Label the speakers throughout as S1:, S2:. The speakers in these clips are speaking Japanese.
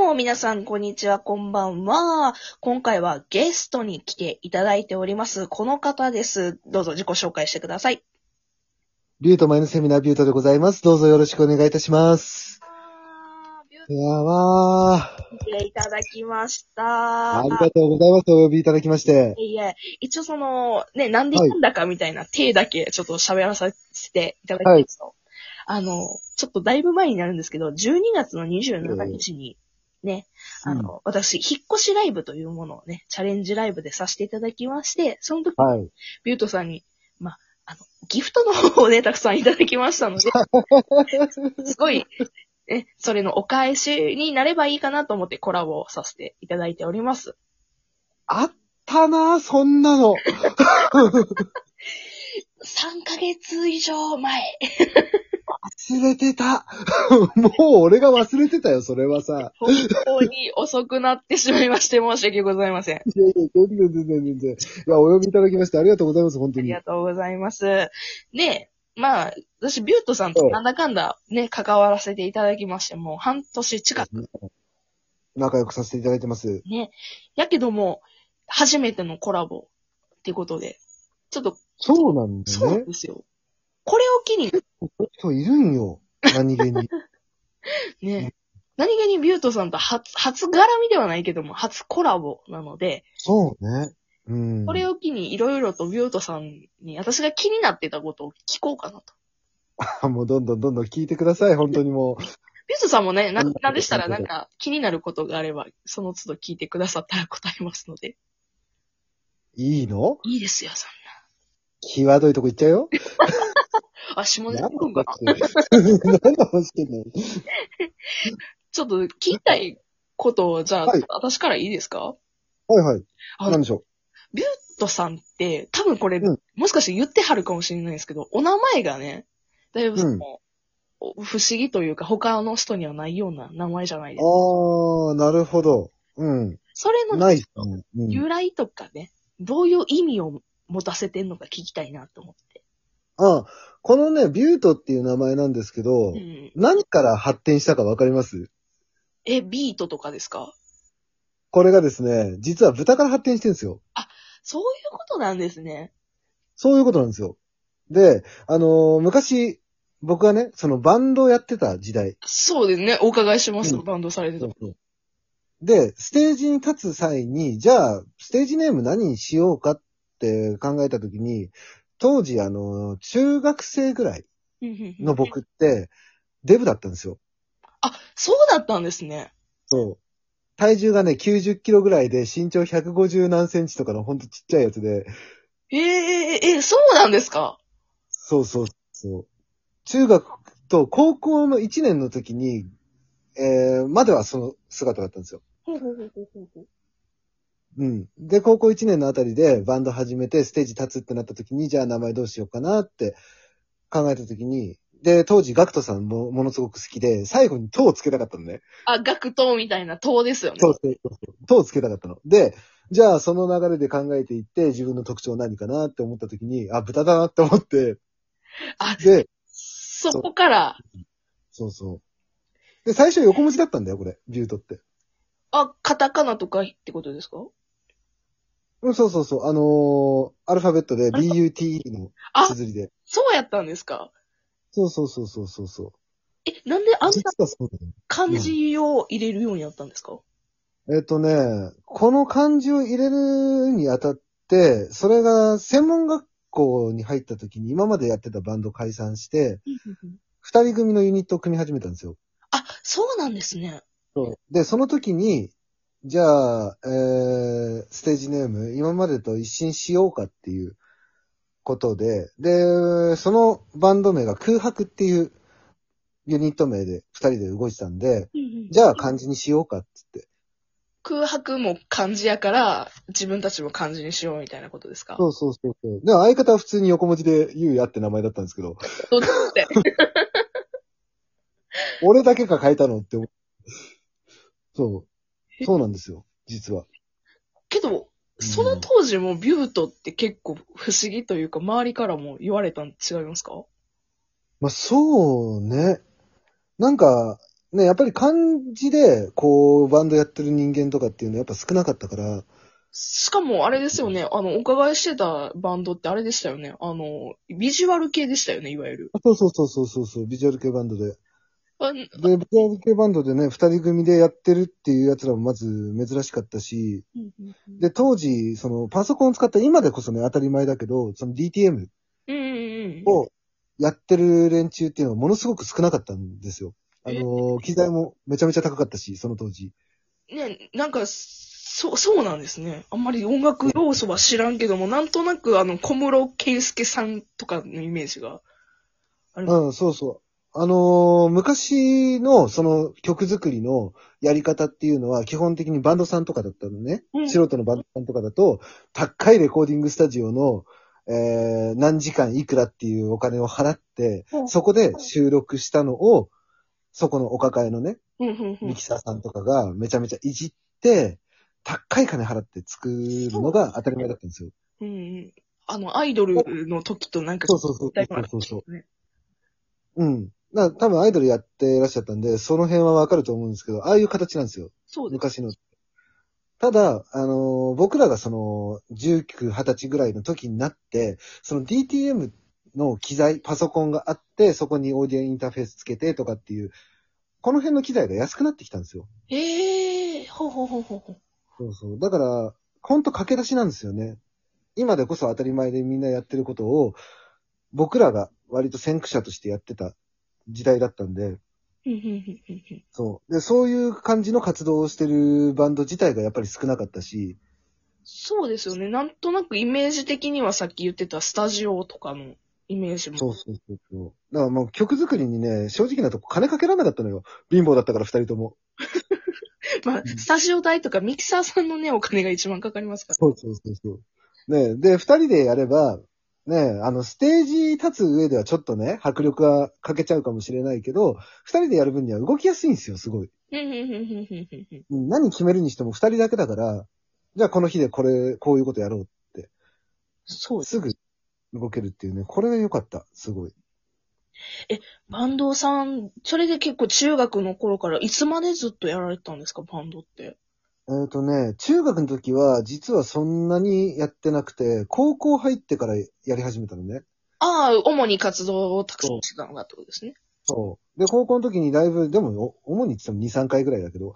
S1: どうも皆さん、こんにちは、こんばんは。今回はゲストに来ていただいております。この方です。どうぞ自己紹介してください。
S2: ビュートマイのセミナービュートでございます。どうぞよろしくお願いいたします。いやわー。
S1: 来ていただきました。
S2: ありがとうございます。お呼びいただきまして。
S1: いえいえ、一応その、ね、なんで行ったんだかみたいな手だけちょっと喋らさせていただきますと、あの、ちょっとだいぶ前になるんですけど、12月の27日にね、
S2: うん
S1: あの、私、引っ越しライブというものをね、チャレンジライブでさせていただきまして、その時、
S2: はい。
S1: ビュートさんに、まあ、あの、ギフトの方をね、 たくさんいただきましたの で、すごい、ね、それのお返しになればいいかなと思ってコラボをさせていただいております。
S2: あったなー、そんなの。
S1: 3ヶ月以上前。
S2: 忘れてた。 もう俺が忘れてたよ、それはさ。
S1: 本当に遅くなってしまいまして申し訳ございません。
S2: いやいや、全然全然全然。いや、お呼びいただきましてありがとうございます、本
S1: あ
S2: 当
S1: り
S2: に。
S1: がとうございます。で、まあ、私、ビュートさんとなんだかんだね、関わらせていただきまして、もう半年近く
S2: 仲良くさせていただいてます。
S1: ね。やけども、初めてのコラボってことで、ちょっと、
S2: そうなんだ
S1: そうなん
S2: ね。
S1: ですよ。これを機に、
S2: 人いるんよ。何気 に。
S1: ね、何気にビュートさんと初、初絡みではないけども、初コラボなので、
S2: そうね。うん。
S1: これを機にいろいろとビュートさんに私が気になってたことを聞こうかなと。
S2: もうどんどんどんどん聞いてください、本当にもう。
S1: ビュートさんもね、な
S2: うん
S1: なんでしたらなんか気になることがあれば、その都度聞いてくださったら答えますので。
S2: いいの
S1: いいですよ、そ
S2: 際どいとこ行っちゃうよ。
S1: んな。あ、下ネタ
S2: 何
S1: 行
S2: の
S1: くんかな
S2: 話何の 話してんの
S1: ちょっと聞きたいことを、じゃあ、
S2: はい
S1: 私からいいですか
S2: はいはい。
S1: あ
S2: 何でしょ
S1: ビュートさんって、多分これ、
S2: うん
S1: もしかして言ってはるかもしれないんですけど、お名前がね、だいぶその、不思議というか、他の人にはないような名前じゃないですか。
S2: う。あー、なるほど。うん。
S1: それの
S2: ないっすね。うん。
S1: 由来とかね、どういう意味を持たせてんのか聞きたいなと思って。
S2: あこのね、ビュートっていう名前なんですけど、
S1: うん、
S2: 何から発展したかわかります
S1: え、ビートとかですか
S2: これがですね、実は豚から発展してるんですよ。
S1: そういうことなんですね。
S2: そういうことなんですよ。で、あのー昔、僕がね、そのバンドをやってた時代。
S1: そうですね。お伺いします、
S2: うん
S1: バンドされてた。
S2: で、ステージに立つ際に、じゃあ、ステージネーム何にしようかって考えたときに、当時、あの、中学生ぐらいの
S1: の。
S2: 僕って、デブだったんですよ。
S1: あ、そうだったんですね。
S2: そう。体重がね、90キロぐらいで、身長150何センチとかのほんとちっちゃいやつで、
S1: ええええ、そうなんですか
S2: そうそうそう。中学と高校の1年の時に、えー、まではその姿だったんですよ。
S1: ほうほうほうほうほうほう
S2: うん。で、高校1年のあたりでバンド始めてステージ立つってなった時に、じゃあ名前どうしようかなって考えた時に、で、当時ガクトさんもものすごく好きで、最後に塔をつけたかったのね。
S1: あ、学徒みたいな塔ですよね。
S2: そうそうそう。塔をつけたかったの。で、じゃあその流れで考えていって、自分の特徴何かなって思った時に、あ、豚だなって思って、
S1: あ、
S2: で、
S1: そこから、
S2: そうそう。で、最初横文字だったんだよ、これ。ビュートって。
S1: あ、カタカナとかってことですか
S2: うん、そうそうそう。あのーアルファベットで BUTE の
S1: あ
S2: 綴りで。
S1: そうやったんですか
S2: そうそうそうそうそうそう。
S1: え、なんであん
S2: 実
S1: な
S2: はそうだね。
S1: 漢字を入れるようになったんですか、
S2: えっとね、この漢字を入れるにあたって、それが専門学校に入った時に今までやってたバンド解散して、二人組のユニットを組み始めたんですよ。
S1: あ、そうなんですね。
S2: で、その時に、じゃあ、えー、ステージネーム、今までと一新しようかっていうことで、で、そのバンド名が空白っていうユニット名で二人で動いてたんで、じゃあ漢字にしようかって言って。
S1: 空白も漢字やから、自分たちも漢字にしようみたいなことですか
S2: そうそうそうそう。で、相方は普通に横文字でゆうやって名前だったんですけど、
S1: どうだって。
S2: 俺だけが変えたのって思う。そう。そうなんですよ。実は。
S1: けど、
S2: うん
S1: その当時もビュートって結構不思議というか、周りからも言われたん違いますか
S2: まあ、そうね。なんか、ね、やっぱり漢字で、こう、バンドやってる人間とかっていうのはやっぱ少なかったから、
S1: しかも、あれですよね。あの、お伺いしてたバンドってあれでしたよね。あの、ビジュアル系でしたよね、いわゆる。
S2: そうそうそうそうそうそう、ビジュアル系バンドで。
S1: あ
S2: で、ビジュアル系バンドでね、二人組でやってるっていうやつらもまず珍しかったし、
S1: うんうんうん
S2: で、当時、その、パソコンを使った今でこそね、当たり前だけど、その DTM
S1: うんうんうん。
S2: をやってる連中っていうのはものすごく少なかったんですよ。あのー、機材もめちゃめちゃ高かったし、その当時。
S1: ね、なんか、そう、そうなんですね。あんまり音楽要素は知らんけども、なんとなく、あの、小室圭介さんとかのイメージが。
S2: うん、そうそう。あのー昔のその曲作りのやり方っていうのは基本的にバンドさんとかだったのね。
S1: うん
S2: 素人のバンドさんとかだと、高いレコーディングスタジオの、えー、何時間いくらっていうお金を払って、そこで収録したのを、そこのお抱えのね、
S1: うんうんうん
S2: ミキサーさんとかがめちゃめちゃいじって、高い金払って作るのが当たり前だったんですよ。
S1: うんうん。あの、アイドルの時となんか、
S2: そうそうそう
S1: ちょっと似たよ
S2: そうそう
S1: うなね
S2: うん。だから多分アイドルやってらっしゃったんで、その辺はわかると思うんですけど、ああいう形なんですよ。
S1: そうです。
S2: 昔の。ただ、あのー僕らがその、19、20歳ぐらいの時になって、その DTM の機材、パソコンがあって、そこにオーディオインターフェースつけてとかっていう、この辺の機材が安くなってきたんですよ。
S1: ええー、ほうほうほうほうほう。
S2: そうそう。だから、ほんと駆け出しなんですよね。今でこそ当たり前でみんなやってることを、僕らが割と先駆者としてやってた時代だったんで、
S1: うんうんうんうんうん
S2: そう。で、そういう感じの活動をしてるバンド自体がやっぱり少なかったし、
S1: そうですよね。なんとなくイメージ的にはさっき言ってたスタジオとかのイメージも。
S2: そうそうそうそう。だからもう曲作りにね、正直なとこ金かけられなかったのよ。貧乏だったから二人とも。
S1: まあ、スタジオ代とかミキサーさんのね、お金が一番かかりますから。
S2: そうそうそうそう。ねで、二人でやれば、ねあの、ステージ立つ上ではちょっとね、迫力はかけちゃうかもしれないけど、二人でやる分には動きやすいんですよ、すごい。
S1: うんうんうんうんうんうんうん
S2: うん何決めるにしても二人だけだから、じゃあこの日でこれ、こういうことやろ
S1: そう
S2: う。
S1: です。
S2: すぐ動けるっていうね、これが良かった、すごい。
S1: バンドさん、それで結構中学の頃からいつまでずっとやられてたんですか、バンドって。
S2: えっ、とね、中学の時は実はそんなにやってなくて、高校入ってからやり始めたのね。
S1: ああ、主に活動をたくさんしてたのがってことですね。
S2: そう。で、高校の時にライブ、でも、お主に言っても2、3回ぐらいだけど。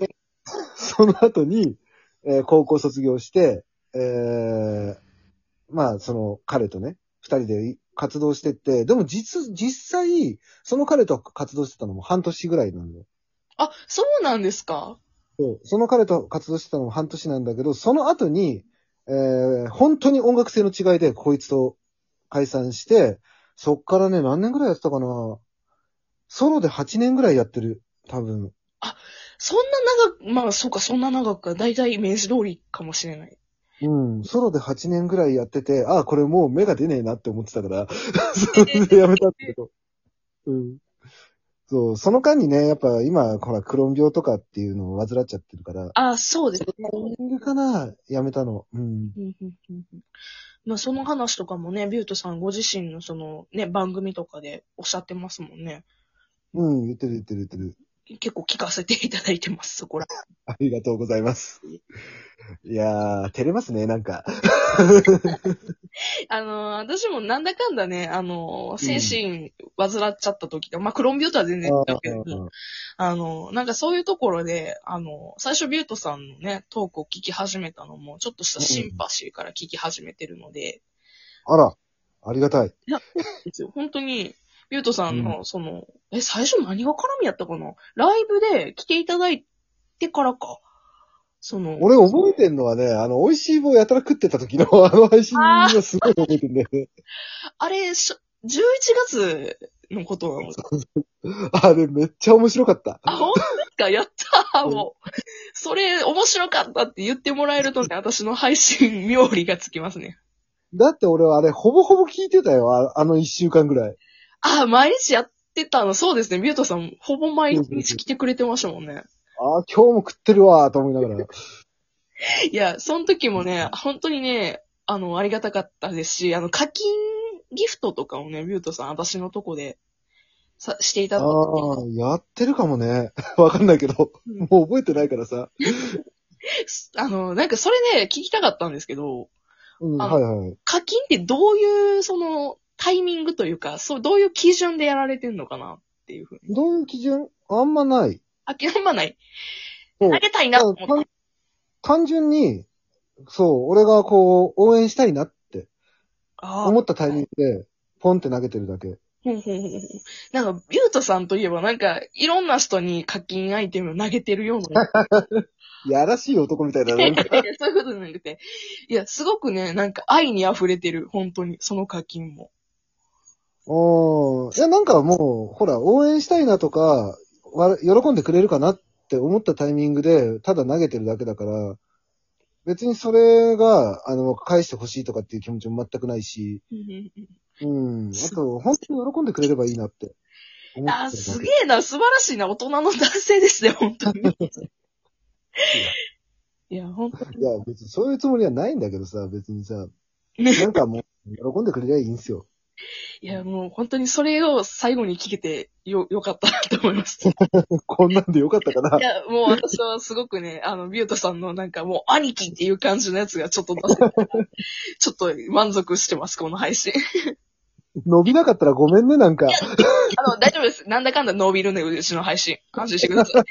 S2: で、 その後に、えー高校卒業して、えーまあ、その、彼とね、二人で活動してって、でも実、実際、その彼と活動してたのも半年ぐらいなのよ。
S1: あ、そうなんですか
S2: そう。その彼と活動してたのも半年なんだけど、その後に、えー本当に音楽性の違いで、こいつと解散して、そっからね、何年ぐらいやってたかなソロで8年ぐらいやってる。多分。
S1: そんな長く、まあそうか、そんな長くか、だいたいイメージ通りかもしれない。
S2: うん。ソロで8年ぐらいやってて、ああ、これもう芽が出ねえなって思ってたから、 それでやめたんだけど。うん。そう、その間にね、やっぱ今、ほら、クローン病とかっていうのを患っちゃってるから、
S1: ああ、そうですね。
S2: タイミングかなやめたの。うん。
S1: うんうんうんうんまあその話とかもね、ビュートさんご自身のそのね、番組とかでおっしゃってますもんね。
S2: うん、言ってる言ってる言ってる。
S1: 結構聞かせていただいてます、そこら。
S2: ありがとうございます。いやー、照れますね、なんか。
S1: あのー、私もなんだかんだね、あのー、精神患っちゃった時が、まあ、クロンビューとは全然違うけど、あのー、なんかそういうところで、あのー、最初ビュートさんのね、トークを聞き始めたのも、ちょっとしたシンパシーから聞き始めてるので、
S2: あら、ありがたい。
S1: ですよ。本当に、ビュートさんの、その、え、最初何が絡みやったかなライブで来ていただいてからか。その、
S2: 俺覚えてんのはね、あの、美味しい棒やたら食ってた時のあの配信がすごい覚えてんだよね。
S1: あれ、しょ11月のことなの
S2: あれめっちゃ面白かった。
S1: あ、本当ですかやったー
S2: うん
S1: もう。それ、面白かったって言ってもらえるとね、私の配信、妙理がつきますね。
S2: だって俺はあれほぼほぼ聞いてたよ、ああの一週間ぐらい。
S1: あ、毎日やってたの、そうですね。ビュートさん、ほぼ毎日来てくれてましたもんね。
S2: ああ、今日も食ってるわーと思いながら。
S1: いや、その時もね、本当にね、あの、ありがたかったですし、あの、課金ギフトとかをね、ビュートさん、私のとこで、さしていた
S2: あ
S1: だいて
S2: あ、やってるかもね。 わかんないけど。
S1: うん
S2: もう覚えてないからさ。
S1: あの、なんかそれね、聞きたかったんですけど、
S2: うん、
S1: あ
S2: はいはい。
S1: 課金ってどういう、その、タイミングというか、そう、どういう基準でやられてんのかなっていうふうに。
S2: どういう基準あんまない。
S1: 諦まない。
S2: そ
S1: 投
S2: う
S1: げたいなと思った。
S2: 単単純に、そう、俺がこう、応援したいなって
S1: ああ
S2: 思ったタイミングで、ポンって投げてるだけ。
S1: ほんほんほんほんなんか、ビュートさんといえば、なんか、いろんな人に課金アイテムを投げてるような。
S2: やらしい男 みたいだな。なんか
S1: そういうことじゃなくて。いや、すごくね、なんか愛に溢れてる、本当に、その課金も。
S2: おーいや、なんかもう、ほら、応援したいなとか、わ喜んでくれるかなって思ったタイミングで、ただ投げてるだけだから、別にそれが、あの、返してほしいとかっていう気持ちも全くないし、うん。あと、本当に喜んでくれればいいなって思ってるだ
S1: あー、
S2: け
S1: すげえな、素晴らしいな、大人の男性ですね、本当 に。いや、本当
S2: いや、別にそういうつもりはないんだけどさ、別にさ、
S1: にね。
S2: なんかもう、喜んでくれりゃいいんすよ。
S1: いや、もう本当にそれを最後に聞けてよ、よかったなと思います。。
S2: こんなんでよかったかない
S1: や、もう私はすごくね、あの、ビュートさんのなんかもう兄貴っていう感じのやつがちょっと出せ たからちょっと満足してます、この配信。
S2: 伸びなかったらごめんね、なんか。
S1: あの、大丈夫です。なんだかんだ伸びるね、うちの配信。安心してくだ さい。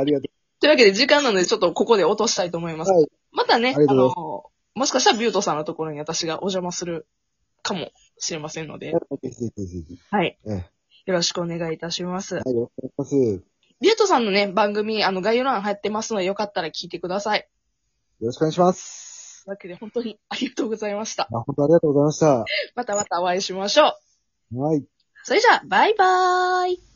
S2: ありがと
S1: というわけで時間なのでちょっとここで落としたいと思います。
S2: はい
S1: またね、
S2: あり
S1: あ
S2: がとうございます
S1: の、もしかしたらビュートさんのところに私がお邪魔するかもしれませんので、
S2: う。ぜひぜひぜひ。
S1: はい。
S2: ええ
S1: よろしくお願いいたします。
S2: はい、よろしくお願いします。よ
S1: ビュートさんのね、番組、あの、概要欄入ってますので、よかったら聞いてください。
S2: ろしくお願いします。
S1: というわけで、本当にありがとうございました。
S2: あ、本当ありがとうございました。
S1: またまたお会いしましょう。
S2: はい。
S1: それじゃあ、バイバーイ。